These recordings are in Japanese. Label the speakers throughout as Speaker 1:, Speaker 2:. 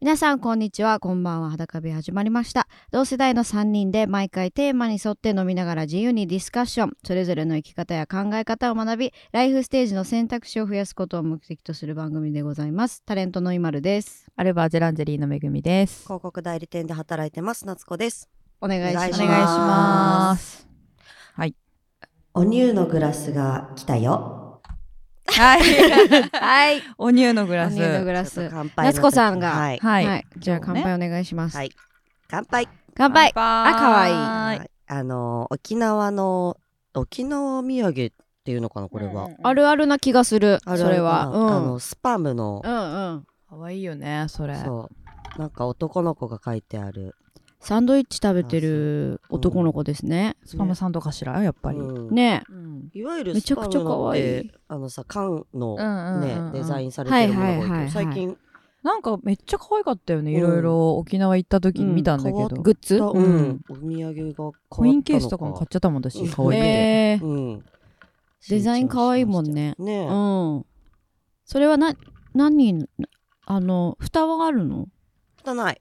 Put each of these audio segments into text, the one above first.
Speaker 1: 皆さんこんにちはこんばんは裸部屋始まりました同世代の3人で毎回テーマに沿って飲みながら自由にディスカッションそれぞれの生き方や考え方を学びライフステージの選択肢を増やすことを目的とする番組でございますタレントのいまるです
Speaker 2: アルバージェランジェリーのめぐみです。。
Speaker 3: 広告代理店で働いてます夏子です
Speaker 1: お願いしま
Speaker 3: お願い
Speaker 1: す
Speaker 3: しますお乳のグラスが来たよ
Speaker 2: はい。
Speaker 1: はい
Speaker 2: お乳のグラス。
Speaker 1: お乳のグラ
Speaker 3: ちょっ
Speaker 1: ス
Speaker 3: と乾杯の時
Speaker 1: 夏子さんが
Speaker 3: はい、
Speaker 2: はい。
Speaker 1: はい、じゃあ乾杯お願いします、
Speaker 3: はい乾杯
Speaker 1: 乾杯あ可愛い
Speaker 2: はい。
Speaker 3: あの沖縄の沖縄土産っていうのかなこれは、
Speaker 2: うん
Speaker 1: あ。るあるな気がする
Speaker 3: あるあるかな
Speaker 1: それは
Speaker 3: あのスパムの
Speaker 1: う、んうんうん
Speaker 2: 可愛いよね、それ。
Speaker 3: そうなんか男の子が書いてある
Speaker 1: サンドイッチ食べてる男の子ですね、
Speaker 2: スパムさんとかしら、やっぱり。
Speaker 3: うん
Speaker 1: ね
Speaker 2: うん。
Speaker 3: いわゆる
Speaker 1: め
Speaker 3: ス
Speaker 1: ちゃ
Speaker 3: パ
Speaker 1: く
Speaker 3: ム
Speaker 1: ちゃ
Speaker 3: の
Speaker 1: 可
Speaker 3: っ
Speaker 1: 愛
Speaker 3: て
Speaker 1: い
Speaker 3: あのさ缶のね、
Speaker 2: ん
Speaker 3: デザイ
Speaker 2: ン。
Speaker 3: ンされてるものが多いけ
Speaker 1: はいはい
Speaker 3: ど、
Speaker 1: はいはい
Speaker 3: 最近
Speaker 2: なんかめっちゃ可愛かったよね。
Speaker 3: うん
Speaker 2: いろいろ沖縄行った時に見たんだけ
Speaker 3: うん
Speaker 2: ど。
Speaker 3: 変わ
Speaker 1: グッズ
Speaker 3: うん、
Speaker 2: うん
Speaker 3: お土産が変わったのか
Speaker 2: コインケースとかも買っちゃったもんだし、可愛くて。
Speaker 1: えー
Speaker 3: うん、
Speaker 1: デザイン可愛いもんね
Speaker 3: ねえ、
Speaker 1: うんそれはな何あの蓋はあるの
Speaker 3: 汚ない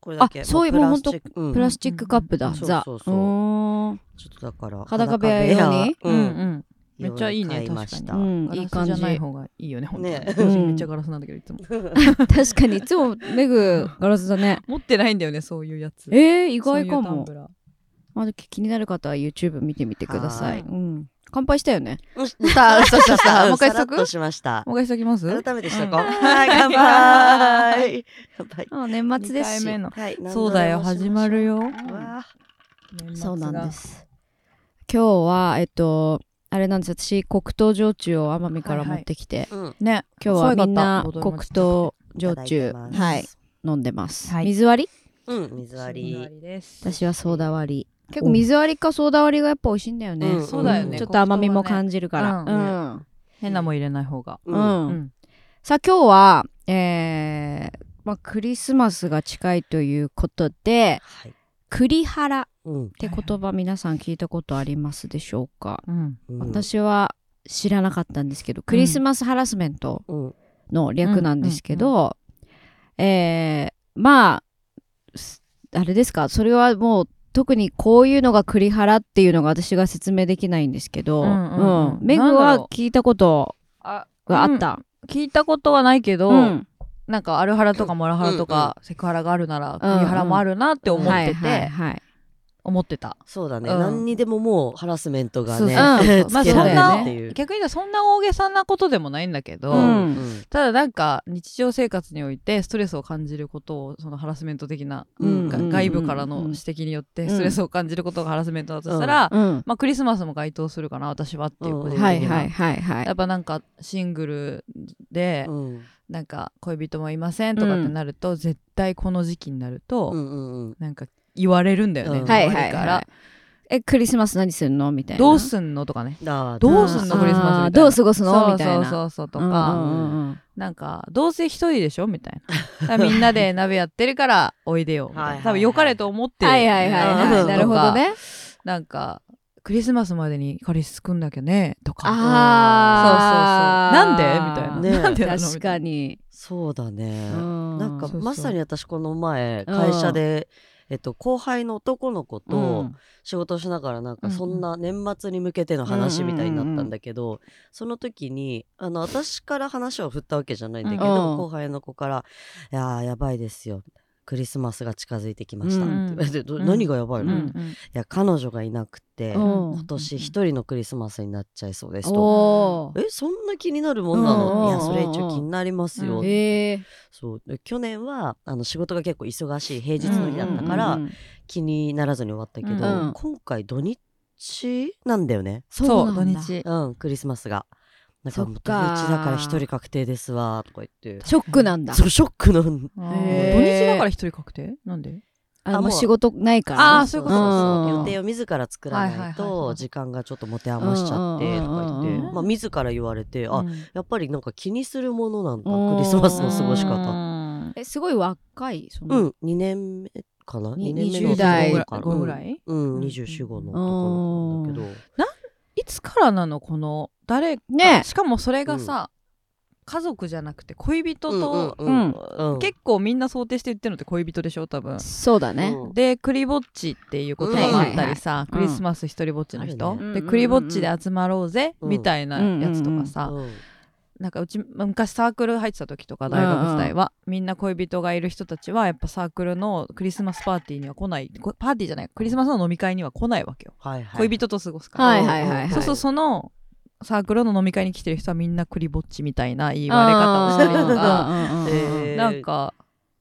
Speaker 3: これだけ
Speaker 1: あそういうもうほんと
Speaker 3: プラスチックうん
Speaker 1: プラスチックカップだ、
Speaker 2: うん
Speaker 1: ザ
Speaker 3: そうそうそう
Speaker 1: ーん
Speaker 3: ちょっとだから
Speaker 1: 裸部屋用に
Speaker 3: う、
Speaker 2: うんんうん。
Speaker 3: 用
Speaker 2: め
Speaker 3: に
Speaker 2: っちゃいいね、
Speaker 3: 買
Speaker 2: 確
Speaker 3: ま
Speaker 2: か
Speaker 3: し
Speaker 2: に。
Speaker 3: た
Speaker 1: うんいい感じ
Speaker 2: ガラスじゃない方がいいよね、本当に。
Speaker 3: ね
Speaker 2: 私
Speaker 1: うん
Speaker 2: めっちゃガラスなんだけど、いつも。
Speaker 1: 確かにいつもメグガラスだね
Speaker 2: 持ってないんだよね、そういうやつ。
Speaker 1: えー、意
Speaker 2: 意
Speaker 1: 外かも
Speaker 2: ラー
Speaker 1: まだ気になる方は YouTube 見てみてください、
Speaker 3: はい
Speaker 1: うん、乾杯したよね
Speaker 3: うんしたしたしたした
Speaker 2: もう一回
Speaker 3: さらっ
Speaker 2: しとく
Speaker 3: としました
Speaker 2: もう一回しときます
Speaker 3: 改めてしとこう、
Speaker 2: うん
Speaker 3: はい乾杯乾杯
Speaker 1: あ年末です
Speaker 2: 二
Speaker 1: し
Speaker 2: 回目の
Speaker 3: はい
Speaker 2: そうだよ、始まる
Speaker 3: よ
Speaker 2: よ。。
Speaker 3: わ
Speaker 1: そうなんですす。今日は、えっと、あれなんです私、黒糖焼酎を奄美から
Speaker 2: はい
Speaker 1: 持
Speaker 2: はい
Speaker 1: ってきて、
Speaker 3: あうん
Speaker 2: ね、
Speaker 1: 今日はみんな
Speaker 2: 可愛かった
Speaker 1: 黒糖
Speaker 3: いた
Speaker 1: 焼
Speaker 3: だい
Speaker 1: 酎
Speaker 3: てます
Speaker 1: はい飲んでます、
Speaker 2: はい
Speaker 1: 水割り
Speaker 3: うん水割り
Speaker 1: 私はソーダ割り結構
Speaker 2: お
Speaker 1: 水割りかソーダ割りがやっぱ美味しいんだよね、
Speaker 3: うんそうだよね
Speaker 1: ちょっと甘みも感
Speaker 2: じ
Speaker 1: じるから
Speaker 2: う変なもん入れない方が。
Speaker 1: うん、うん
Speaker 2: う
Speaker 1: うん。さあ今日はえーまあ、クリスマスが近いということで
Speaker 3: はい
Speaker 1: 栗原っ
Speaker 3: うん
Speaker 1: て言葉皆さん聞いたことありますでしょうか
Speaker 2: うん。
Speaker 3: うん
Speaker 1: 私は知らなかったんですけど、クリスマスハラスメント
Speaker 3: うん
Speaker 1: の略なんですけど、えーまあすあれですかそれはもう特にこういうのが栗原っていうのが私が説明できないんですけど、
Speaker 2: うんうんうん
Speaker 1: うんメグ
Speaker 2: なんだ
Speaker 1: は
Speaker 2: ろ
Speaker 1: 聞いたこと
Speaker 2: あ、
Speaker 1: があった。
Speaker 2: 聞いたことはないけど、
Speaker 1: うん
Speaker 2: なんかアルハラとかモラハラとか、セクハラがあるなら、クリハラもあるなって思っ
Speaker 1: はい
Speaker 2: て
Speaker 1: はい
Speaker 2: て、
Speaker 1: はい
Speaker 2: 思ってた。
Speaker 3: そうだね、
Speaker 2: うん
Speaker 3: 何にでももうハラスメントが
Speaker 2: そう
Speaker 3: ね
Speaker 2: そう
Speaker 1: そう
Speaker 2: まあ
Speaker 3: つけ
Speaker 2: そん
Speaker 3: られる
Speaker 2: な
Speaker 3: っていう、、
Speaker 2: 逆に言うとそんな大げさなことでもないんだけど、
Speaker 1: うん
Speaker 2: ただなんか日常生活においてストレスを感じることをそのハラスメント的な、
Speaker 3: うん
Speaker 2: が
Speaker 1: うん
Speaker 2: 外部からの指摘によってストレスを感じることがハラスメントだとしたら、
Speaker 1: うん
Speaker 2: まあ、クリスマスも該当するかな私はっていう個人的な、
Speaker 1: はいはいはいはい
Speaker 2: やっぱなんかシングルで
Speaker 3: うんうん
Speaker 2: なんか恋人もいませんとかってなると、絶対この時期になると、
Speaker 3: うんうんうん
Speaker 2: なんか言われるんだよね、
Speaker 3: うん
Speaker 1: はい
Speaker 2: 周り
Speaker 1: はい
Speaker 2: から、
Speaker 1: はいえクリスマス何するのみたいな
Speaker 2: どうすんのとかね
Speaker 3: あー
Speaker 2: どうすんの
Speaker 1: あー
Speaker 2: クリスマスみたいな
Speaker 1: どう過ごすの
Speaker 2: そう
Speaker 1: みたい
Speaker 2: そう
Speaker 1: な
Speaker 2: そうそうと
Speaker 1: うん
Speaker 2: か、
Speaker 1: うんうんうん
Speaker 2: なんか、どうせ一人でしょみたいな。だからみんなで鍋やってるから、おいでよ。みたいな
Speaker 3: はいはいはい
Speaker 2: 多分、良かれと思ってる。
Speaker 1: はいはいはいは
Speaker 3: う
Speaker 1: い
Speaker 3: ん
Speaker 1: なるほど。ね
Speaker 2: なんか、クリスマスまでに彼氏作んなきゃね、とか。
Speaker 1: あ
Speaker 2: そうそうそう。なん
Speaker 1: ー
Speaker 2: でみたいな。
Speaker 3: ね
Speaker 2: なんでなの
Speaker 1: 確か。に、
Speaker 3: そうだね、な
Speaker 1: なん
Speaker 3: か
Speaker 2: そうそう
Speaker 3: まさに私この前
Speaker 1: うん
Speaker 3: 会社で、えっと、後輩の男の子
Speaker 1: う
Speaker 3: と
Speaker 1: ん
Speaker 3: 仕事しながらなん
Speaker 2: う
Speaker 3: か
Speaker 2: んうん
Speaker 3: そんな年末に向けての話みたいになったんだけど、その時にあの私から話を振ったわけじゃないんだけど、
Speaker 1: うん
Speaker 3: 後輩の子から「いやーやばいですよ」クリスマスが近づいてきました、
Speaker 1: うん
Speaker 2: うん
Speaker 3: って言われてど
Speaker 2: うん
Speaker 3: 何がやばい
Speaker 2: うん
Speaker 3: の、
Speaker 2: う
Speaker 3: い
Speaker 2: ん
Speaker 3: や彼女がいなくて、
Speaker 1: うん
Speaker 3: 今年一人のクリスマスになっちゃいそうですと。
Speaker 1: おー
Speaker 3: えそんな気になるもんなの、
Speaker 2: うん
Speaker 3: いやそれ一応気になりますよ、
Speaker 2: うん
Speaker 1: えー
Speaker 3: そうで去年はあの仕事が結構忙しい平日の日だったから、
Speaker 1: うんうんうん
Speaker 3: 気にならずに終わったけど、
Speaker 1: うん
Speaker 3: 今回土日なんだよね
Speaker 2: そう、
Speaker 1: な
Speaker 2: 土
Speaker 1: んだ
Speaker 2: 日。
Speaker 3: うんクリスマスがだからもう
Speaker 1: そっ
Speaker 3: 土日
Speaker 1: か
Speaker 3: だから一人確定ですわとか言って
Speaker 1: ショックなんだ
Speaker 3: そうショックなん
Speaker 2: あ
Speaker 1: へー
Speaker 2: ー土日だから一人確定なんで
Speaker 1: あ
Speaker 3: あ
Speaker 1: もう
Speaker 3: もう
Speaker 1: 仕事ないから
Speaker 2: あーそういうこと
Speaker 1: うん
Speaker 3: 予定を自ら作ら
Speaker 2: はいは
Speaker 3: ないい
Speaker 2: はいは
Speaker 3: と
Speaker 2: い
Speaker 3: 時間がちょっと持て余しちゃってとか
Speaker 1: うんうん
Speaker 3: 言
Speaker 1: うんう
Speaker 3: って、
Speaker 1: ん
Speaker 3: まあ、自ら言われてあ、
Speaker 2: うん
Speaker 3: やっぱりなんか気にするものなんだ
Speaker 1: うん
Speaker 3: クリスマスの過ごし
Speaker 2: う
Speaker 3: 方
Speaker 2: ん
Speaker 1: えすごい若いその
Speaker 3: うん2年目かな
Speaker 1: に
Speaker 3: 2年目の
Speaker 1: 20代
Speaker 3: 男の子か
Speaker 2: 5ぐらい
Speaker 3: うん、
Speaker 2: うん
Speaker 3: 24、5の男の子なんだけど、
Speaker 2: いつからなのこの、誰
Speaker 1: ね
Speaker 2: しかもそれがさ、家族じゃなくて恋人と、
Speaker 3: うんうん
Speaker 2: うん
Speaker 3: うん
Speaker 2: 結構みんな想定して言ってるのって恋人でしょ多分。
Speaker 1: そうだね。
Speaker 3: うん
Speaker 2: でクリぼっちっていう言葉もあったりさ、
Speaker 1: うんはいはいはい
Speaker 2: クリスマス一人ぼっちの人、
Speaker 3: ある
Speaker 1: ね
Speaker 2: でクリぼっちで集まろうぜ、
Speaker 3: うん
Speaker 2: みたいなやつとかさ、
Speaker 3: うん
Speaker 2: なんかうちまあ昔サークル入ってた時とか大学時代は、みんな恋人がいる人たちはやっぱサークルのクリスマスパーティーには来ないこパーティーじゃないクリスマスの飲み会には来ないわけよ、
Speaker 3: はいはい
Speaker 2: 恋人と過ごすから、
Speaker 1: はいはいはいはい。
Speaker 2: そうそうそのサークルの飲み会に来てる人はみんなクリぼっちみたいな言われ方をしたりとか
Speaker 1: あー
Speaker 3: えー
Speaker 2: なんか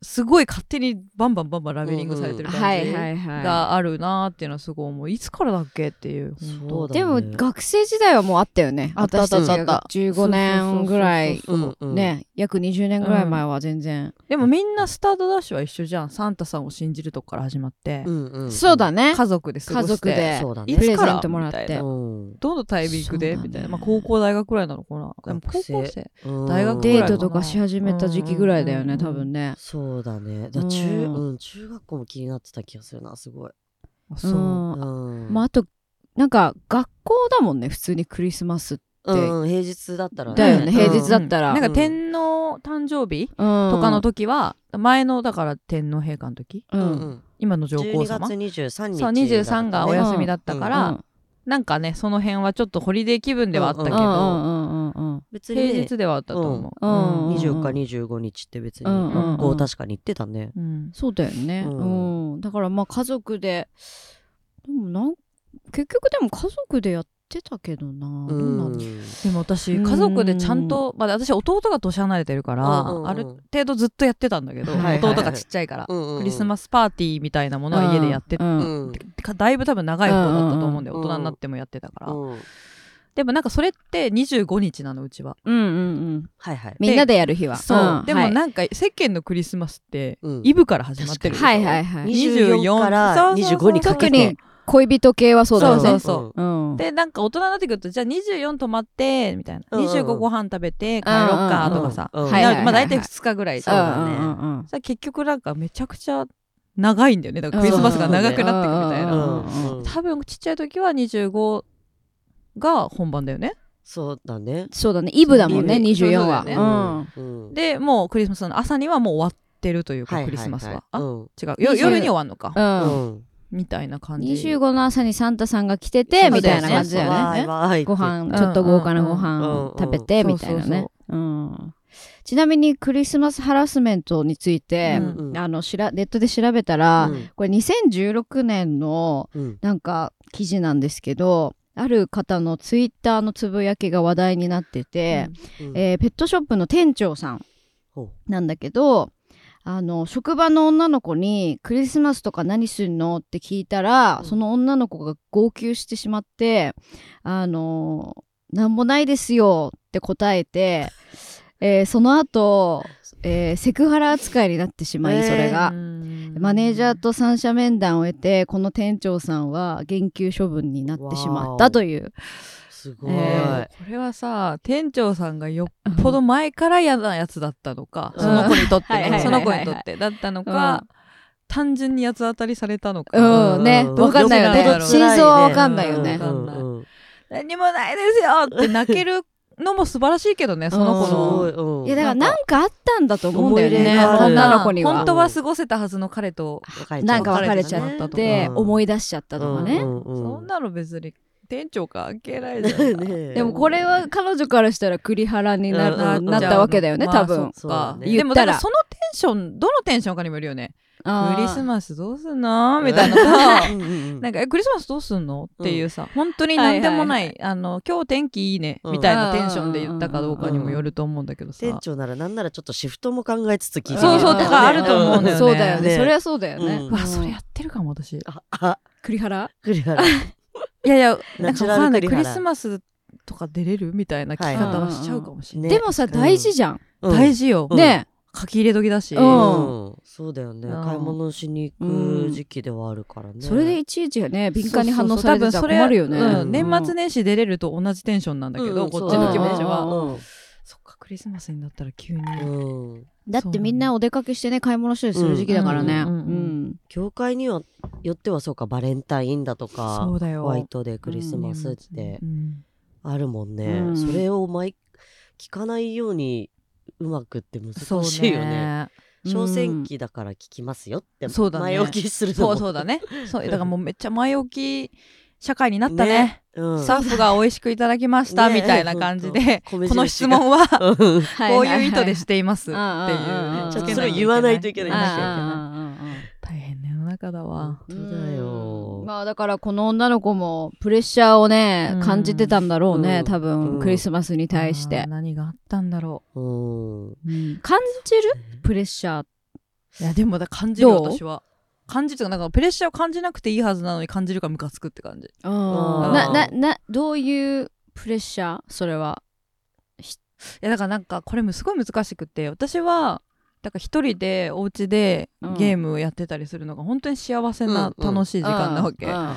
Speaker 2: すごい勝手にバンバンバンバンラベリングされてる感じ、
Speaker 1: はいはいは
Speaker 2: があるなーっていうのはすごい思ういつからだっけっていう
Speaker 3: そう
Speaker 2: 本
Speaker 1: い。
Speaker 3: だ
Speaker 1: でも学生時代はもうあったよね。
Speaker 2: あったあったあった
Speaker 1: 私ちが15年ぐらい。
Speaker 2: そうそうそうそう
Speaker 3: うん
Speaker 1: ね、約20年ぐらい前は全然。
Speaker 2: でもみんなスタートダッシュは一緒じゃんサンタさんを信じるとこから始まって、
Speaker 3: うんうん
Speaker 1: そうだね。
Speaker 2: 家族で過
Speaker 1: 家
Speaker 2: ごして
Speaker 1: 族で
Speaker 3: そうだね
Speaker 2: い
Speaker 1: プレ
Speaker 2: つか
Speaker 1: ゼン
Speaker 2: ら
Speaker 1: トもらっ
Speaker 2: み
Speaker 1: て
Speaker 2: たい。な
Speaker 3: うん
Speaker 2: どのタイミングで、
Speaker 1: そうだね
Speaker 2: みたいな、まあ、高校大学ぐらいなのかなでも高
Speaker 3: 学生
Speaker 2: 校生
Speaker 3: うん
Speaker 2: 大学
Speaker 1: デートとかし始めた時期ぐらいだよね、
Speaker 2: うん
Speaker 1: 多分ね。
Speaker 3: そうだねだから中
Speaker 1: うん
Speaker 3: うん中学校も気になってた気がするなすごい
Speaker 2: あ
Speaker 1: う。
Speaker 2: そうん
Speaker 3: うん
Speaker 1: まああとなんか学校だもんね普通にクリスマスって。
Speaker 3: うんうん平日だったら
Speaker 1: だよね
Speaker 3: うん
Speaker 1: 平日だったら
Speaker 2: なんか天皇誕生日
Speaker 1: と
Speaker 2: とかの時は、前のだから天皇陛下の時
Speaker 1: う
Speaker 3: うんん
Speaker 1: う
Speaker 3: うんん
Speaker 2: 今の上皇
Speaker 3: 12
Speaker 2: 様
Speaker 3: 月23日
Speaker 2: そう23がお
Speaker 1: や
Speaker 2: 休みだったから、なんかねその辺はちょっとホリデー気分ではあったけ
Speaker 1: うん
Speaker 2: ど、
Speaker 1: うんうんうん
Speaker 3: 別にね
Speaker 2: 平日ではあったと思う、
Speaker 1: う
Speaker 2: うんん
Speaker 1: うん
Speaker 3: 24日25日って別に
Speaker 1: うん
Speaker 2: うんうん
Speaker 3: 学校確かに行ってたね
Speaker 2: うん
Speaker 1: そうだよね、う
Speaker 3: うんん
Speaker 1: だからまあ家族ででもなん結局でも家族でやってたけどな、どうなんだろう
Speaker 2: でも私家族でちゃんと、まあ、私弟が年離れてるから、ある程度ずっとやってたんだけど、
Speaker 1: はいはいはい
Speaker 2: 弟がちっちゃいから、クリス
Speaker 3: ス
Speaker 2: マスパーティーみたいなものは家でやってて、
Speaker 1: うんうん
Speaker 2: かだいぶ多分長い方だったと思うんだよ、
Speaker 3: うん
Speaker 2: 大人になってもやってたから、でもなんかそれって25日なのうちは、
Speaker 1: うんうん
Speaker 3: はいはい
Speaker 1: みんなでやる日は
Speaker 2: そう、
Speaker 1: ん
Speaker 2: でも
Speaker 1: はい
Speaker 2: なんか世間のクリスマスって、
Speaker 3: うん
Speaker 2: イブから始まってるでしょ
Speaker 1: はいはいはい
Speaker 3: 24から25にか
Speaker 1: 特
Speaker 3: け
Speaker 1: に
Speaker 3: て
Speaker 1: 恋人系はそうだよね
Speaker 2: そうそう
Speaker 1: うん、
Speaker 2: でなんか大人になってくるとじゃあ24泊まってみたいな、
Speaker 3: うんうんうん
Speaker 2: 25ご飯食べて帰ろっかとかさ、
Speaker 3: うんうんうん
Speaker 1: はいはいはいはい
Speaker 2: まあ大体2日ぐらい
Speaker 1: うん
Speaker 3: そうだ
Speaker 1: う
Speaker 3: ね
Speaker 1: んうんうん
Speaker 2: さ結局なんかめちゃくちゃ長いんだよねだからクリスマスが長くなってくみたい
Speaker 1: うん
Speaker 2: な、多分ちっちゃい時は25が本番だよね
Speaker 3: そうだね
Speaker 1: そうだねイブだもんね
Speaker 2: イブ
Speaker 1: 24は
Speaker 2: そうだ
Speaker 1: うん
Speaker 3: で
Speaker 2: でもうクリスマスの朝にはもう終わってるというか、クリスマスは、あ違うよ
Speaker 1: 20
Speaker 2: 夜に終わんのか、
Speaker 1: うん
Speaker 2: みたいな感じ
Speaker 1: 25の朝にサンタさんが来ててみたいな感じだよね。ご飯ちょっと豪華なご
Speaker 3: うん
Speaker 1: 飯
Speaker 3: うん
Speaker 1: 食べてみたいなね。うんちなみにクリスマスハラスメントについて、
Speaker 3: うん
Speaker 1: あのしらネットで調べたら、これ2016年のなんか記事なんですけどある方のツイッターのつぶやきが話題になってて、えーペットショップの店長さんなんだけどあの職場の女の子に「クリスマスとか何すんの?」って聞いたら、
Speaker 3: うん
Speaker 1: その女の子が号泣してしまって「あのなんもないですよ」って答えて、えーその後、えーセクハラ扱いになってしまい、
Speaker 3: えー
Speaker 1: それが。
Speaker 2: が
Speaker 1: マネージャーと三者面談を得てこの店長さんは減給処分になってしまったという
Speaker 3: す
Speaker 2: え
Speaker 3: ごい
Speaker 2: ーこれはさ店長さんがよっぽど前から嫌なやつだったのか、その子にとって
Speaker 1: うん
Speaker 2: ねその子にとってだったのか、単純に八つ当たりされたのか、
Speaker 1: うんね
Speaker 3: うん
Speaker 1: わかんないよ
Speaker 2: どっ
Speaker 1: ね
Speaker 2: ちなんだろう
Speaker 1: 真相はわかんないよね
Speaker 2: わかんない何もないですよって泣けるのも素晴らしいけどねその子の
Speaker 1: いやだからなんかあったんだと思うんだよね
Speaker 3: 思い入れがある
Speaker 1: 女の子に
Speaker 2: 本
Speaker 1: は
Speaker 2: 当は過ごせたはずの彼と
Speaker 1: なんか別れちゃ
Speaker 2: ったと
Speaker 1: で
Speaker 3: うん
Speaker 1: 思い出しちゃったとかね
Speaker 2: そんなの別に店長関係ないじゃん。
Speaker 3: で
Speaker 1: でもこれは彼女からしたら栗原にな,、
Speaker 3: うんうんうん
Speaker 1: なったわけだよね、
Speaker 2: まあ
Speaker 1: 多分。
Speaker 2: そっか
Speaker 3: そうだね
Speaker 2: で
Speaker 1: 言
Speaker 2: も
Speaker 1: った
Speaker 2: だかららそのテンションどのテンションかにもよるよねクリス
Speaker 1: マ
Speaker 2: マスどうすんのみたい なとなん
Speaker 3: か
Speaker 2: かえクリスマスどうすんのっていうさ本当に何でもな
Speaker 1: はい
Speaker 2: いあの今日天気いいね
Speaker 3: うん
Speaker 2: みたいなテンションで言ったかどうかにもよると思うんだけどさ
Speaker 3: 店長ならなんならちょっとシフトも考えつつ聞いてみる
Speaker 2: そうそうとかあると思うんだよね
Speaker 1: そうだよね。
Speaker 3: ね
Speaker 1: それはそうだよね。
Speaker 3: うん
Speaker 2: うわそれやってるかも私い
Speaker 3: ああ
Speaker 1: 栗原
Speaker 3: クリハラ
Speaker 2: やいやな
Speaker 3: ナ
Speaker 2: んか
Speaker 3: チュ
Speaker 2: わ
Speaker 3: ラ
Speaker 2: か
Speaker 3: ル
Speaker 2: んな
Speaker 3: ク
Speaker 2: い
Speaker 3: リ
Speaker 2: ク
Speaker 3: ハ
Speaker 2: リ
Speaker 3: ラ
Speaker 2: スマスとか出れるみたいな聞き方はしちゃうかもしれない
Speaker 1: でもさ、
Speaker 3: うん
Speaker 1: 大事じゃん。
Speaker 2: 大事よ
Speaker 3: うん
Speaker 1: ね
Speaker 2: 書き入れ時だし
Speaker 1: う
Speaker 2: そ
Speaker 1: ん
Speaker 3: うんそうだよね
Speaker 2: うん
Speaker 3: 買い物しに行く時期ではあるからね
Speaker 1: それでいちいちね、敏感に反応されてたら
Speaker 2: うそうそう
Speaker 1: 困るよね。
Speaker 2: 多分それうん
Speaker 3: うん
Speaker 2: 年末年始出れると同じテンションなんだけど
Speaker 3: うん
Speaker 2: こっちの気持ち
Speaker 1: うん
Speaker 2: は
Speaker 3: は
Speaker 2: そっかクリスマスになったら急に
Speaker 3: うん
Speaker 1: だってみんなお出かけしてね、買い物したりする時期だからね。う
Speaker 2: うんうんうん
Speaker 1: ん。
Speaker 3: 教会にはよってはそうかバレンタインだと
Speaker 2: そ
Speaker 3: か
Speaker 2: うだよ
Speaker 3: ホワイトでクリスマスって
Speaker 2: うん
Speaker 3: あるもん
Speaker 1: う
Speaker 3: ね
Speaker 1: ん
Speaker 3: それを毎聞かないようにうまくって難
Speaker 2: そう
Speaker 3: しいよね
Speaker 2: ね
Speaker 3: 小選記だから聞きますよって
Speaker 2: そうだね
Speaker 3: 前置きするの
Speaker 2: そ
Speaker 3: も
Speaker 2: うそうだね そうだからもうめっちゃ前置き社会になったね
Speaker 3: うん
Speaker 2: スタッフが美味しくいただきました
Speaker 3: ね
Speaker 2: みたいな感じで、
Speaker 3: ほんと
Speaker 2: この質問は
Speaker 3: 米印が
Speaker 1: こ
Speaker 2: こういう意図でしていますって
Speaker 1: はいはいはい
Speaker 2: いう
Speaker 1: ちょっと
Speaker 2: つけ
Speaker 1: それ
Speaker 2: きゃ
Speaker 3: 言わないといけ
Speaker 1: て
Speaker 3: な
Speaker 2: 言
Speaker 3: い
Speaker 2: わ
Speaker 3: んですよ
Speaker 2: なきゃいけない大変な世の中だわ
Speaker 3: 本当だよ
Speaker 1: まあだからこの女の子もプレッシャーをね
Speaker 2: うん
Speaker 1: 感じてたんだろうね、
Speaker 3: うん
Speaker 1: 多分、
Speaker 3: うん
Speaker 1: クリスマスに対し
Speaker 2: あー
Speaker 1: て、
Speaker 2: 何があったんだろ
Speaker 3: うん
Speaker 1: うん感じるプレッシャー
Speaker 2: ういやでもだ感じるよ
Speaker 1: どう
Speaker 2: 私は感じるとかなんかプレッシャーを感じなくていいはずなのに感じるからムカつくって感じ
Speaker 3: あー
Speaker 1: なななどういうプレッシャーそれはい
Speaker 2: やだからなんかこれもすごい難しくて私はだから一人でお家でゲームをやってたりするのが本当に幸せな
Speaker 3: うんうん
Speaker 2: 楽しい時間なわけ、
Speaker 1: うん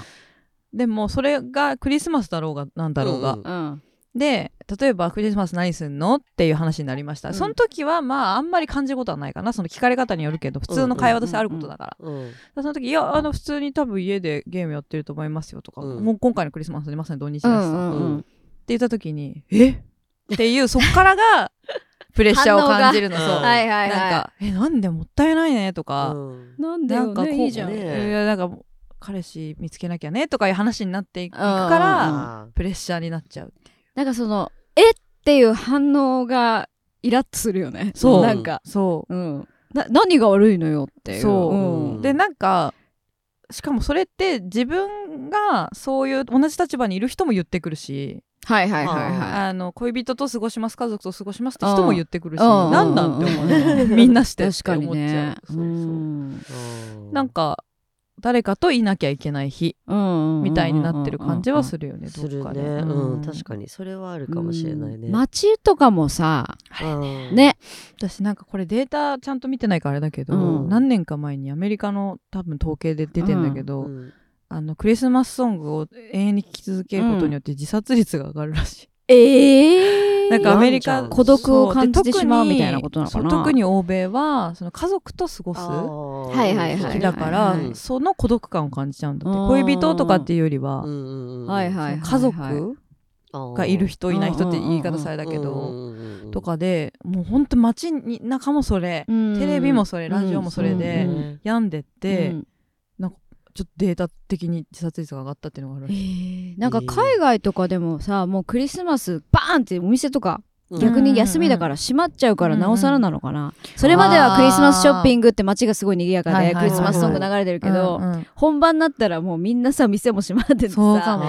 Speaker 2: でもそれがクリスマスだろうがなんだろうが、
Speaker 3: うん
Speaker 1: うん
Speaker 2: で例えばクリスマス何すんのっていう話になりました、
Speaker 1: うん
Speaker 2: その時はまああんまり感じることはないかなその聞かれ方によるけど普通の会話としてあることだから、
Speaker 3: うん
Speaker 2: その時いやあの普通に多分家でゲームやってると思いますよとか、
Speaker 3: うん
Speaker 2: もう今回のクリスマスにまさに土日だし
Speaker 1: う
Speaker 2: さ、
Speaker 1: ん
Speaker 2: っ
Speaker 1: うんうん
Speaker 2: て言った時にえっていうそっか らがプレッシャーを感じるの
Speaker 3: 反
Speaker 2: そう
Speaker 3: 応がうん
Speaker 1: はいはいはい
Speaker 2: なんかえなんでもったいないねとか、
Speaker 3: うん
Speaker 1: なん
Speaker 2: なんかこう
Speaker 1: いいじゃん、
Speaker 3: ね
Speaker 2: いやなんか彼氏見つけなきゃねとかいう話になっていくか
Speaker 1: う
Speaker 2: ら、
Speaker 1: ん
Speaker 3: あ
Speaker 2: プレッシャーになっちゃう
Speaker 1: なんかそのえっていう反応がイラッとするよね
Speaker 2: そう
Speaker 1: なんか
Speaker 2: そう
Speaker 1: うんな何が悪いのよっていう
Speaker 2: そうんでなんかしかもそれって自分がそういう同じ立場にいる人も言ってくるし、
Speaker 1: はいはいはいはい
Speaker 2: あの恋人と過ごします家族と過ごしますって人も言ってくるし、
Speaker 1: うん
Speaker 2: なんなんって思う、ね
Speaker 1: うん
Speaker 2: みんなしてっ
Speaker 1: 確
Speaker 2: て
Speaker 1: かに
Speaker 2: 思っちゃう
Speaker 1: ね。
Speaker 2: そうそう
Speaker 1: うん
Speaker 3: ー
Speaker 2: なんか誰かといなきゃいけない日
Speaker 1: うん
Speaker 2: みたいになってる感じはするよね、
Speaker 3: す
Speaker 2: ど
Speaker 3: る
Speaker 2: っか
Speaker 3: ね
Speaker 2: で、
Speaker 3: うん確
Speaker 2: に
Speaker 3: かにそれはあるかもしれないね
Speaker 1: うん街とかもさ、
Speaker 3: うん
Speaker 1: ね、
Speaker 2: 私なんかこれデータちゃんと見てないからあれだけど、
Speaker 1: うん
Speaker 2: 何年か前にアメリカの多分統計で出てんだけど、
Speaker 3: うん
Speaker 2: あのクリスマスソングを永遠に聴き続けることによって自殺率が上がるらしい、
Speaker 1: ええ
Speaker 2: なんかアメリカ
Speaker 3: なんじゃん
Speaker 1: 孤独を
Speaker 2: そう
Speaker 1: 感じて
Speaker 2: で特に
Speaker 1: しまうみたいなことなのかな。
Speaker 2: そう特に欧米はその家族と過ごす
Speaker 3: あー
Speaker 1: はいはい
Speaker 2: 時
Speaker 1: はい
Speaker 2: だから、
Speaker 1: はいはい
Speaker 2: その孤独感を感じちゃうんだって
Speaker 1: うん
Speaker 2: 恋人とかっていうよりは、
Speaker 3: うんうんうん
Speaker 1: はいはいはい
Speaker 2: 家族がいる人いない人って言い方されたけど、
Speaker 3: ど
Speaker 2: とかでもうほんと街に中もそれ、
Speaker 1: うん
Speaker 2: テレビもそれラジオもそれで、
Speaker 1: うん
Speaker 2: 病んでって、
Speaker 1: うん
Speaker 2: ちょっとデータ的に自殺率が上がったっていうのがあるら
Speaker 1: え
Speaker 2: しい
Speaker 1: ーなんか海外とかでもさもうクリスマスバーンってお店とか
Speaker 3: うん
Speaker 1: 逆に休みだから閉まっちゃうから
Speaker 2: うんうん
Speaker 1: なおさらなのかな、それまではクリスマスショッピングって街がすごい賑やか
Speaker 2: はいは
Speaker 1: で
Speaker 2: い
Speaker 1: ク
Speaker 2: はい
Speaker 1: リスマスソング流れてるけど、
Speaker 2: うんうん
Speaker 1: 本番になったらもうみんなさ店も閉まっててさ
Speaker 2: そうかも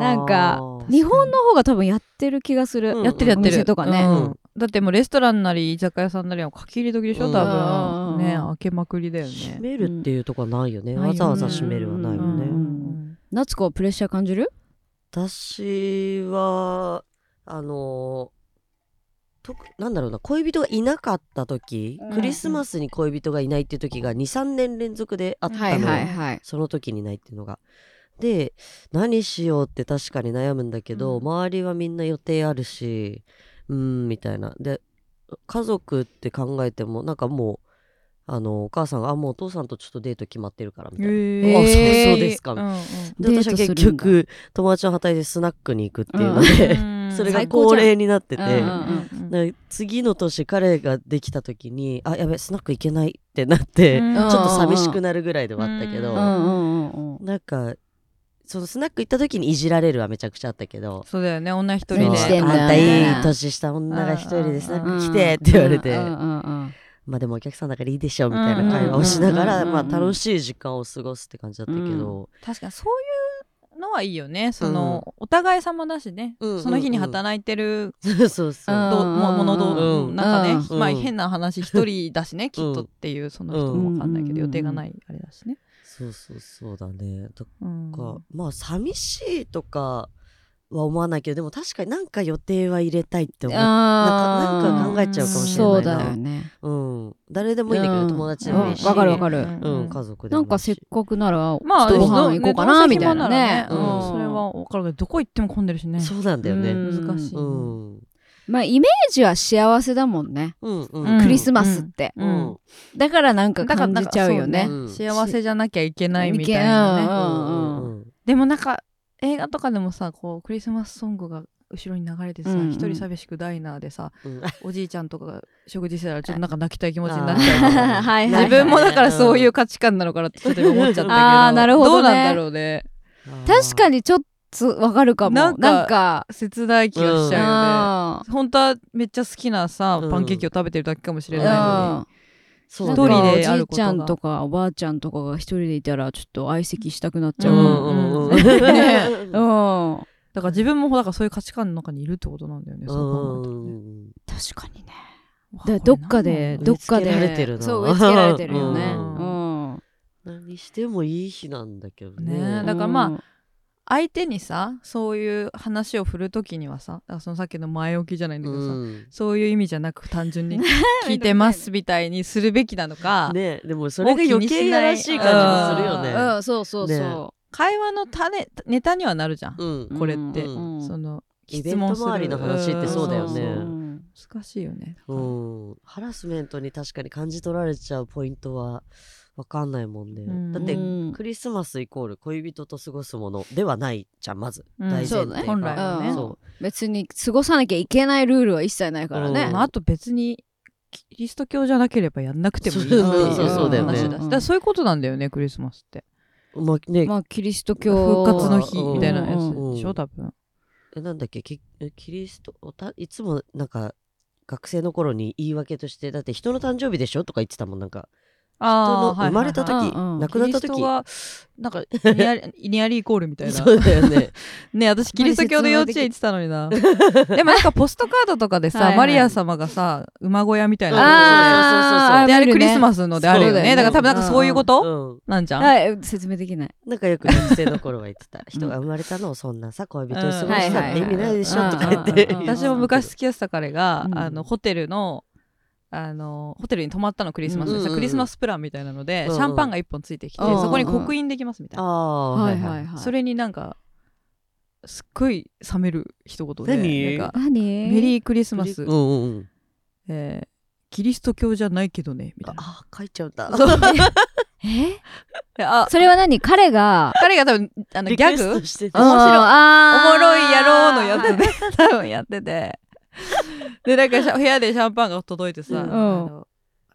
Speaker 1: なんか日本の方が多分やってる気がする、
Speaker 3: うん
Speaker 2: やってるやってる。
Speaker 1: お店とかね
Speaker 2: うんだってもうレストランなり居酒屋さんなりは書き入れ時でしょ、
Speaker 3: うん
Speaker 2: 多
Speaker 1: うん
Speaker 2: 分。ね開けまくりだよ
Speaker 3: 閉
Speaker 2: ね。
Speaker 3: めるっていうとこはないよね、
Speaker 2: うん
Speaker 3: わざわざ閉めるはないよね、
Speaker 1: うん夏子はプレッシャー感じる
Speaker 3: 私はあのとなんだろうな恋人がいなかった時、
Speaker 1: うん
Speaker 3: クリスマスに恋人がいないっていう時が23年連続であったの、
Speaker 1: はいはいはい。
Speaker 3: その時にないっていうのが。で何しようって確かに悩むんだけど、
Speaker 2: うん
Speaker 3: 周りはみんな予定あるしうーんみたいな。で家族って考えてもなんかもうあのお母さんが「あもうお父さんとちょっとデート決まってるから」みたいな。
Speaker 2: え
Speaker 3: あそうそうですか
Speaker 2: うんうん
Speaker 3: で私は
Speaker 1: デー
Speaker 3: 結
Speaker 1: トするんだ
Speaker 3: 局友達の働いてスナックに行くっていうので、
Speaker 2: うん
Speaker 3: それが
Speaker 1: 最高じゃん
Speaker 3: 恒例になってて、
Speaker 1: うん
Speaker 2: うん
Speaker 3: なんか次の年彼ができた時に「あやべスナック行けない」ってなって、
Speaker 2: うん
Speaker 3: ちょっと寂しくなるぐらいではあったけど、
Speaker 2: う
Speaker 1: うんうんうんうん。
Speaker 3: なんかそのスナック行った時にいじられるはめちゃくちゃあったけど。
Speaker 2: そうだよね、女一人で。
Speaker 1: 何してんだよ
Speaker 3: あんたいい年した女が一人でスナック来てって言われて、
Speaker 1: うんうんうん
Speaker 3: まあでもお客さんだからいいでしょみたいな会話をしながら、
Speaker 1: うん
Speaker 3: まあ楽しい時間を過ごすって感じだったけど、
Speaker 2: 確かにそういうのはいいよね。その、お互い様だしね、
Speaker 3: うんうんうん
Speaker 2: その日に働いてる
Speaker 3: そうそうそう、
Speaker 1: うん
Speaker 2: どうもものどう、
Speaker 3: うん
Speaker 2: なんかね、
Speaker 3: うん
Speaker 2: まあ変な話一人だし ね、きっとっていう、その人もわかんないけ
Speaker 1: うん
Speaker 2: ど、予定がないあれだしね。
Speaker 3: そうそうそうだねだ
Speaker 2: うん
Speaker 3: か、まあ寂しいとかは思わないけどでも確かになんか予定は入れたいって
Speaker 1: うん。
Speaker 3: 思う、
Speaker 1: あ
Speaker 3: な
Speaker 1: ー
Speaker 3: んか考えちゃうかもしれ
Speaker 1: そ
Speaker 3: な
Speaker 1: う
Speaker 3: いな
Speaker 1: だよね。
Speaker 3: うん、誰でもいいんだけど、
Speaker 1: うん
Speaker 3: 友達で
Speaker 1: うん
Speaker 3: もいいし、
Speaker 1: わかるわかる
Speaker 3: うん、家族で
Speaker 1: なん
Speaker 3: もいいし
Speaker 1: かせっかくなら、
Speaker 2: まあ、
Speaker 1: ちょっとご飯行こうかな、みたいなね。
Speaker 2: うん、
Speaker 3: うん
Speaker 2: それは分かるけど、どこ行っても混んでるしね。
Speaker 3: そうなんだよね
Speaker 1: うん
Speaker 2: 難しい、
Speaker 3: うん、うん
Speaker 1: まあ、イメージは幸せだもんね。
Speaker 3: うん
Speaker 2: うん
Speaker 1: クリスマスって。
Speaker 2: う
Speaker 3: うんん
Speaker 1: だからなんか感じちゃうよ
Speaker 2: だ
Speaker 1: ね
Speaker 2: から。
Speaker 3: うん
Speaker 2: そう幸せじゃなきゃいけないみたいなね。
Speaker 1: うんうんうん
Speaker 3: うん
Speaker 2: でもなんか、映画とかでもさ、こう、クリスマスソングが後ろに流れてさ
Speaker 1: うんうん
Speaker 2: 一人寂しくダイナーでさ
Speaker 3: うん
Speaker 2: おじいちゃんとかが食事してたらちょっとなんか泣きたい気持ちになっちゃう
Speaker 1: あー
Speaker 3: あー
Speaker 1: はいはいはい
Speaker 2: 自分もだからそういう価値観なのかなってちょっと今思っちゃったけど
Speaker 1: あーなるほどね
Speaker 2: うなんだろうね
Speaker 1: 確か
Speaker 3: に
Speaker 1: にちょっとわかるかも
Speaker 2: な
Speaker 1: なんん
Speaker 2: か
Speaker 1: か
Speaker 2: 切ない気がしちゃうよね、
Speaker 1: うん
Speaker 2: 本当はめっちゃ好きなさ、
Speaker 3: うん
Speaker 2: パンケーキを食べてるだけかもしれ
Speaker 1: う
Speaker 2: ないのに、
Speaker 1: ん
Speaker 3: そ
Speaker 1: なん
Speaker 2: 一人
Speaker 1: か
Speaker 2: である
Speaker 1: おじい
Speaker 2: こと
Speaker 1: ち
Speaker 2: が
Speaker 1: ゃんとかおばあちゃんとかが一人でいたらちょっと相席したくなっちゃう、
Speaker 3: う
Speaker 1: うんん
Speaker 3: うんうん
Speaker 1: ね
Speaker 3: うんうん
Speaker 2: だから自分もだからそういう価値観の中にいるってことなんだよね、そう考えたらね
Speaker 1: 確かにね
Speaker 2: わ
Speaker 1: で
Speaker 2: これ
Speaker 1: どっかで
Speaker 2: なんだろ
Speaker 1: どっかで
Speaker 3: 植え付けられてるな
Speaker 1: そう植え付けられてるよね、
Speaker 2: う
Speaker 1: うんん
Speaker 3: 何してもいい日なんだけどね
Speaker 2: ねえだからまあう相手にさそういう話を振るときにはさだからそのさっきの前置きじゃないんだけどさ、
Speaker 3: うん
Speaker 2: そういう意味じゃなく単純に聞いてますみたいにするべきなのか、
Speaker 3: ねでもそれが余計やらしい感じもするよ
Speaker 1: う
Speaker 3: ね
Speaker 1: ん、うんそうそうそう、
Speaker 3: ね
Speaker 2: 会話の種ネタにはなるじゃん、
Speaker 3: うん
Speaker 1: うん
Speaker 2: これって、
Speaker 1: うん
Speaker 2: その
Speaker 3: イベント周りの話ってそうだよね
Speaker 1: ん
Speaker 2: うん
Speaker 1: ん
Speaker 2: 難しいよね、
Speaker 3: うん、ハラスメントに確かに感じ取られちゃうポイントは分かんないもんね、
Speaker 2: うん
Speaker 3: だって
Speaker 1: うん
Speaker 3: クリスマスイコール恋人と過ごすものではないじゃんまず
Speaker 2: うん
Speaker 3: 大前提
Speaker 1: そうだね
Speaker 2: 本来はね、
Speaker 1: うん
Speaker 3: そ
Speaker 1: 別に過ごさなきゃいけないルールは一切ないからね、
Speaker 3: うん
Speaker 2: まあ、あと別にキリスト教じゃなければやんなくてもいいっていう
Speaker 3: そう
Speaker 1: そうそうだよね
Speaker 2: 話だしだからそういうことなんだよねクリスマスって
Speaker 3: うまあね、
Speaker 1: まあキリスト教
Speaker 2: 復活の日みたいなや
Speaker 1: うん
Speaker 2: つ
Speaker 1: うん
Speaker 2: でしょ多分
Speaker 3: えなんだっけキキリストおたいつもなんか学生の頃に言い訳としてだって人の誕生日でしょとか言ってたもんなんか人の
Speaker 2: あ
Speaker 3: 生まれた時、
Speaker 1: はいはいはいうんうん
Speaker 3: 亡くなった時
Speaker 2: キリストがなんかイニアリイニアリイコールみ たいな
Speaker 3: そうだよ ね
Speaker 2: ね私キリスト教の幼稚園行ってたのになでもなんかポストカードとかで
Speaker 1: はいは
Speaker 2: さ
Speaker 1: い
Speaker 2: マリア様がさ馬小屋みたいな
Speaker 1: あー
Speaker 2: であれクリス
Speaker 1: ス
Speaker 2: マスのであるよ
Speaker 3: そうだよ
Speaker 2: ね
Speaker 3: ね
Speaker 2: だから多分なんかそういうこと
Speaker 3: うん
Speaker 2: なんじゃん
Speaker 1: はい説明できない
Speaker 3: なんかよく学生の頃は言ってた人が生まれたのをそんなさ恋人と過ごしたって意味ないでし
Speaker 1: う
Speaker 3: ょ
Speaker 1: ん
Speaker 3: とか言って
Speaker 1: うんうんうん
Speaker 2: 私も昔付き合ってた彼が、
Speaker 1: うん
Speaker 2: あのホテルのあのホテルに泊まったのクリスマスで
Speaker 3: うんうんうん
Speaker 2: クリスマスプランみたいなので、
Speaker 3: うんうん
Speaker 2: シャンパンが1本ついてきて、
Speaker 1: うんうん
Speaker 2: そこに刻印できますみたい
Speaker 3: あ
Speaker 2: な、
Speaker 3: あ
Speaker 1: はいはいはい
Speaker 2: それになんかすっごい冷める一言で
Speaker 3: 何
Speaker 2: なんか
Speaker 1: 何
Speaker 2: メリークリスマス、
Speaker 3: うんうんうん
Speaker 2: えーキリスト教じゃないけどねみたいな
Speaker 3: ああ書いちゃうんだ
Speaker 2: そう
Speaker 1: え
Speaker 2: であ
Speaker 1: それは何彼が
Speaker 2: 彼が多分あのギャグ
Speaker 3: リクエストしてて
Speaker 2: 面白いお
Speaker 1: あー
Speaker 2: もろいやろうのやつで多分やっててでなんかシャ部屋でシャンパンが届いてさ、
Speaker 3: うん
Speaker 2: あの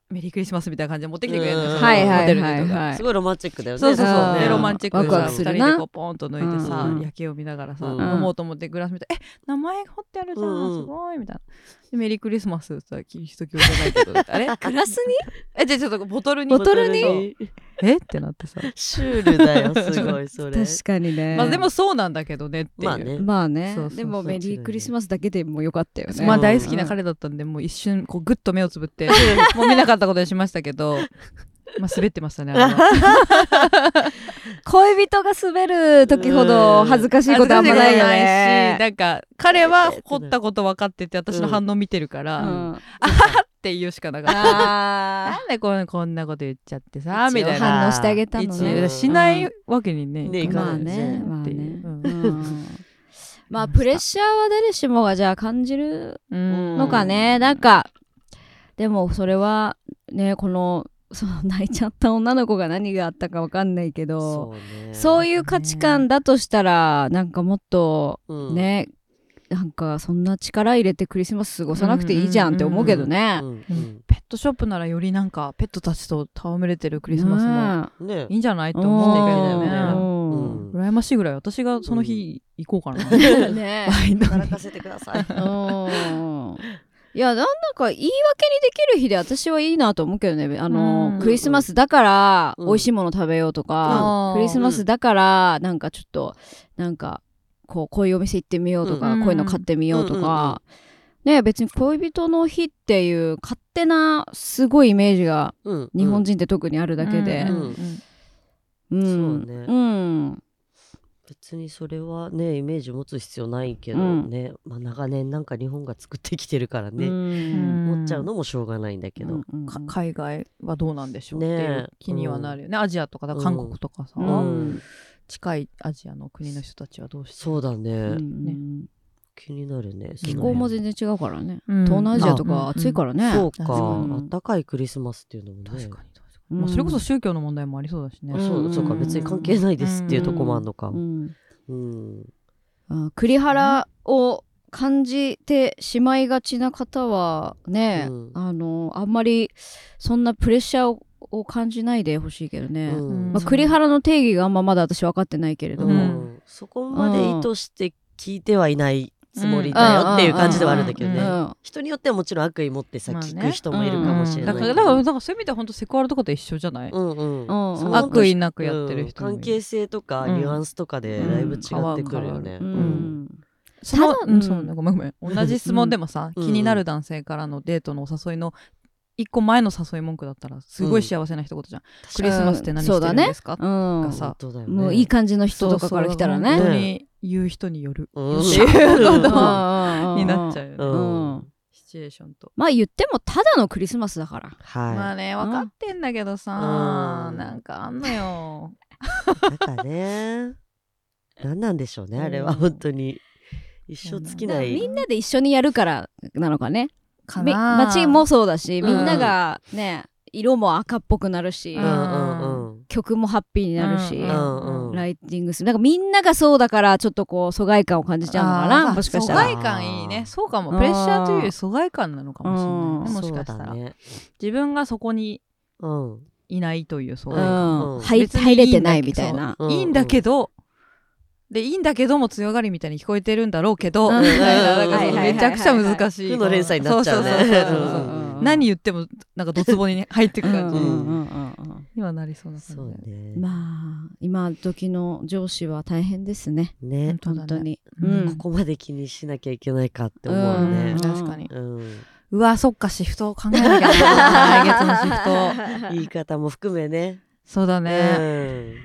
Speaker 2: メリークリスマスみたいな感じで持ってきてくれるんですよ、
Speaker 3: うん
Speaker 1: はいはい
Speaker 2: ホ
Speaker 1: は
Speaker 2: テル
Speaker 1: い
Speaker 2: でとか
Speaker 1: はい
Speaker 3: すごいロマンチックだよね
Speaker 2: そうそうそう、
Speaker 1: うん
Speaker 2: でロマンチック
Speaker 1: ワ
Speaker 2: で
Speaker 1: ク
Speaker 2: さ
Speaker 1: ワクす
Speaker 2: 二
Speaker 1: るな
Speaker 2: 人でこうポンと抜いてさ、
Speaker 1: うん
Speaker 2: 夜景を見ながらさ、
Speaker 3: うん
Speaker 2: 飲もうと思ってグラス見て「え名前彫ってあるじゃん、
Speaker 3: うんうん
Speaker 2: すごい」みたいなで「メリークリスマス」ってさキリスト教じゃないけどあれ
Speaker 1: グラスに
Speaker 2: えじゃあちょっとボトルに
Speaker 3: ボトル
Speaker 2: そう
Speaker 3: に
Speaker 2: えってなってさ、
Speaker 3: シュールだよすごいそ れ
Speaker 1: 確かにね
Speaker 2: まあでもそうなんだけどねっていう、
Speaker 3: まあね
Speaker 1: まあね
Speaker 2: そうそうそう
Speaker 1: でもメリークリスマスだけでもよかったよね
Speaker 2: まあ大好きな彼だったんで、もう一瞬こうグッと目をつ ぶってもう見なかったことにしましたけどまあ滑ってましたねあれは
Speaker 1: 恋人が滑る時ほど恥ずかしいことあんまないよね
Speaker 2: なんか彼は怒ったこと分かってて私の反応見てるから、
Speaker 1: う
Speaker 2: あは
Speaker 1: ん
Speaker 2: って言うしかなかった
Speaker 1: あ
Speaker 2: なんでこんこんなこと言っちゃってさ
Speaker 1: ー
Speaker 2: みたいな
Speaker 1: 反応してあげた
Speaker 2: 一
Speaker 1: の
Speaker 2: 応
Speaker 1: ね
Speaker 2: しないわけにね、
Speaker 3: ね
Speaker 2: いかない
Speaker 3: いかないですね
Speaker 1: まあね
Speaker 2: っていう
Speaker 1: まあね うんまあプレッシャーは誰しもがじゃあ感じる
Speaker 2: うん
Speaker 1: のかね、なんかでもそれはねこのその 泣いちゃった女の子が何があったかわかんないけど
Speaker 3: う
Speaker 1: そう,、
Speaker 3: ね
Speaker 1: いう価値観だとしたらなんかもっと
Speaker 3: うん
Speaker 1: ね、なんかそんな力入れてクリスマス過ごさなくていいじゃんって思うけどね。
Speaker 3: うん
Speaker 2: うんペットショップならよりなんかペットたちと戯れてるクリスマスも
Speaker 1: も
Speaker 3: うんね
Speaker 2: いいんじゃないって
Speaker 1: 思う
Speaker 2: 思うんん
Speaker 1: だ
Speaker 2: だ
Speaker 1: けど
Speaker 2: けど
Speaker 1: ね
Speaker 2: ね。
Speaker 3: うん
Speaker 2: 羨ましいぐらい私がその日行こうかな、
Speaker 1: うん ね
Speaker 2: ワイン飲み
Speaker 3: 働かせてください
Speaker 1: うんいやなんだか言い訳にできる日で私はいいなと思うけどねあの、
Speaker 2: うん
Speaker 1: クリスマスだから
Speaker 3: うん
Speaker 1: 美味しいもの食べようとか、
Speaker 2: う
Speaker 1: ク
Speaker 2: ん
Speaker 1: リスマスだからなんかちょっとなんかこうこういうお店行ってみようとか、
Speaker 2: うん
Speaker 1: こういうの買ってみようとか、ね別に恋人の日っていう勝手なすごいイメージが
Speaker 3: うん
Speaker 1: 日本人って特にあるだけで
Speaker 2: う、ん
Speaker 3: う
Speaker 1: う
Speaker 3: ん
Speaker 1: ん
Speaker 3: そうね
Speaker 1: うん
Speaker 3: 別にそれはねイメージ持つ必要ないけどね、まあ、長年なんか日本が作ってきてるからね、
Speaker 1: うん
Speaker 2: うん
Speaker 3: 持っちゃうのもしょうがないんだけど、
Speaker 1: うんうん
Speaker 2: か海外はどうなんでしょうってい
Speaker 3: ねえ
Speaker 2: う気にはなるよねアジアとかだから韓国とかさ、
Speaker 1: うん
Speaker 2: 近いアジアの国の人たちはどうして
Speaker 3: そうだね、
Speaker 1: うん
Speaker 3: 気になるね
Speaker 1: 気候も全然違うからね、
Speaker 2: うん
Speaker 1: 東南アジアとか暑いからね、
Speaker 3: そう
Speaker 2: 確
Speaker 3: か、
Speaker 2: か
Speaker 1: に
Speaker 3: あったかいクリスマスっていうのもね
Speaker 2: 確かに確か
Speaker 1: う
Speaker 2: に、
Speaker 1: ん
Speaker 2: まあ、それこそ宗教の問題もありそうだしね、
Speaker 3: あそう
Speaker 1: うん
Speaker 3: そうか別に関係ないですっていうとこもあるのか
Speaker 1: うん
Speaker 3: うん、
Speaker 1: あ栗原を感じてしまいがちな方はね、
Speaker 3: うん
Speaker 1: あのあんまりそんなプレッシャーをを感じないでほしいけどね、
Speaker 3: うん
Speaker 1: まあ、栗原の定義があんままだ私分かってないけれど
Speaker 3: う
Speaker 1: も、
Speaker 2: うん
Speaker 3: ん、そこまで意図して聞いてはいないつもりだよっていう感じではあるんだけど
Speaker 2: うんうん
Speaker 3: ね人によってはもちろん悪意持ってさ
Speaker 2: まあね
Speaker 3: 聞く人もいるかもしれない
Speaker 2: だか
Speaker 3: けど
Speaker 2: らだからだからそういう意味では本当セクハラとかと一緒じゃない、
Speaker 3: うんうん
Speaker 1: うんうん
Speaker 3: その
Speaker 2: 悪意なくやってる人もい
Speaker 3: うん
Speaker 2: る
Speaker 3: 関係性とかニュアンスとかでだいぶ違ってくるよね、
Speaker 1: うん
Speaker 2: その
Speaker 1: ただ
Speaker 2: うんそうねごめんごめん同じ質問でもさ、
Speaker 3: うん
Speaker 2: 気になる男性からのデートのお誘いの一個前の誘い文句だったらすごい幸せな一言じゃん、クリスマスって何してるんですか、
Speaker 1: うん
Speaker 2: がさ
Speaker 3: 本当だよね
Speaker 1: もういい感じの人とかから来たらね
Speaker 2: そうそううん本当に言う人による、
Speaker 3: うん
Speaker 2: っていうこ
Speaker 1: うん
Speaker 2: と
Speaker 1: うんうん
Speaker 2: になっちゃうよね、
Speaker 3: うん
Speaker 1: うん
Speaker 2: シチュエーションと。
Speaker 1: まあ言ってもただのクリスマスだから
Speaker 2: まあ
Speaker 3: は
Speaker 2: ね
Speaker 1: ん
Speaker 2: 分かってんだけどさ、
Speaker 3: うん
Speaker 2: なんかあんのよ。
Speaker 3: い なんかね何なんでしょうねあれは
Speaker 2: うん
Speaker 3: 本当に一生尽きな
Speaker 1: み
Speaker 3: い
Speaker 1: んなで一緒にやるからなのかね
Speaker 2: か
Speaker 1: み
Speaker 2: な
Speaker 1: 街もそうだし
Speaker 2: うん
Speaker 1: みんながね、色も赤っぽくなるし、
Speaker 2: う
Speaker 3: うんうんうん
Speaker 1: 曲もハッピーになるし、
Speaker 3: うんうん
Speaker 1: ライティングするなんかみんながそうだからちょっとこう疎外感を感じちゃうのか
Speaker 2: あ
Speaker 1: な
Speaker 2: ー
Speaker 1: もしかした
Speaker 2: 疎
Speaker 1: ら。
Speaker 2: 外感いいねそうかも
Speaker 1: うん
Speaker 2: プレッシャーというより疎外感なのか
Speaker 1: う
Speaker 2: も
Speaker 1: ん
Speaker 2: しれないねもし
Speaker 3: そう
Speaker 2: かした
Speaker 3: だ
Speaker 2: ら、
Speaker 3: ね
Speaker 2: 自分がそこに
Speaker 3: うん
Speaker 2: いないという疎
Speaker 1: う
Speaker 2: 外感、
Speaker 1: ん、
Speaker 3: うん
Speaker 1: 入
Speaker 2: 別に
Speaker 1: 入れて
Speaker 2: んだ
Speaker 1: な
Speaker 2: け
Speaker 1: いみたいな。
Speaker 2: そう
Speaker 3: うん
Speaker 2: いいんだけどでいいんだけども強がりみたいに聞こえてるんだろうけど
Speaker 1: うん
Speaker 2: みたいななんか
Speaker 1: はいはいはいはい
Speaker 2: めちゃくちゃ難しい
Speaker 3: 負の連鎖になっちゃうね
Speaker 2: そうそうそうそう
Speaker 1: うんうんうんうん
Speaker 2: 何言ってもなんかドツボにね入ってく感じ
Speaker 1: うん
Speaker 2: に
Speaker 1: うんうんうん
Speaker 2: 今なりそうな
Speaker 3: そう
Speaker 2: 感じで
Speaker 1: う
Speaker 3: ね
Speaker 1: んまあ今時の上司は大変ですね
Speaker 3: ね
Speaker 2: そうだ
Speaker 1: 本
Speaker 2: ね
Speaker 1: 当に。
Speaker 2: うん
Speaker 1: うん
Speaker 3: ここまで気にしなきゃいけないかって思うね
Speaker 1: ん
Speaker 2: 確かに
Speaker 3: うん
Speaker 2: うわそっかシフトを考えなきゃな らない来月のシフト
Speaker 3: 言い方も含めね
Speaker 2: そうだ ね、
Speaker 3: う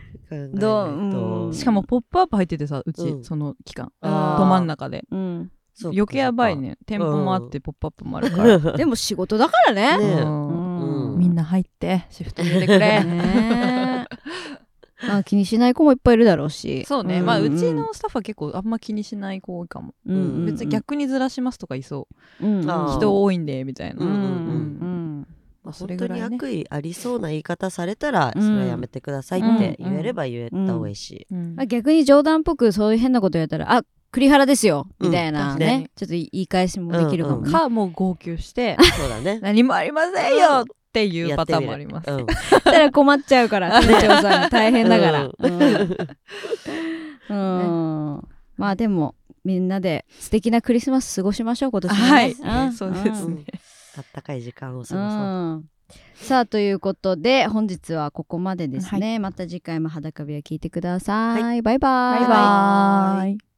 Speaker 3: ん
Speaker 1: どう
Speaker 3: 考えないと
Speaker 1: うん
Speaker 2: しかも「ポップアップ入っててさうち、
Speaker 3: うん
Speaker 2: その期間
Speaker 1: あー
Speaker 2: ど真ん中で
Speaker 1: うん
Speaker 3: そうか
Speaker 2: 余計やばいね店舗もあって「ポップアップもある から、
Speaker 1: でも仕事だからね。
Speaker 3: ね
Speaker 2: うん
Speaker 3: うん
Speaker 2: みんな入ってシフト入れてくれ、
Speaker 1: ねえ まあ気にしない子もいっぱいいるだろうし
Speaker 2: そうね、まあうち、のスタッフは結構あんま気にしない子多いかも、
Speaker 1: うんうんうん
Speaker 2: 別に、逆にずらしますとかいそう、
Speaker 1: うんうん
Speaker 3: あー
Speaker 2: 人多いんでみたいな、
Speaker 3: うんうん
Speaker 1: う
Speaker 2: うん
Speaker 1: ん
Speaker 2: まあ、そ
Speaker 3: 本
Speaker 2: れ
Speaker 3: 当
Speaker 2: ぐら
Speaker 3: に
Speaker 2: いね
Speaker 3: 悪意ありそうな言い方されたら、
Speaker 1: うん
Speaker 3: それはやめてくださいって言えれば言えた方がいいし、
Speaker 2: うん
Speaker 1: まあ逆に冗談っぽくそういう変なことやったら「あ栗原ですよ」みたいな
Speaker 2: うん
Speaker 1: ね,、
Speaker 2: 確かに
Speaker 1: ちょっと言い返しもできるかも、ね
Speaker 3: うん
Speaker 2: かもう号泣して
Speaker 3: そうだ
Speaker 2: 「
Speaker 3: ね
Speaker 2: 何もありませんよ!」っていう
Speaker 3: や
Speaker 2: パ
Speaker 3: って
Speaker 2: ターン
Speaker 3: み
Speaker 2: も
Speaker 3: る
Speaker 2: あります、
Speaker 3: うん
Speaker 1: だから困っちゃう から店長さん大変だから、
Speaker 3: う
Speaker 1: うんうんまあでもみんなで素敵なクリスマス過ごしましょう今年もね
Speaker 2: はい
Speaker 1: ん
Speaker 2: そうです
Speaker 3: う
Speaker 2: ね
Speaker 3: ん、あったかい時間を過
Speaker 1: う
Speaker 3: ごそう、
Speaker 1: んさあということで本日はここまでですね、また次回も裸部屋聞いてください、バイバ
Speaker 2: バ
Speaker 1: イ
Speaker 2: イバーイ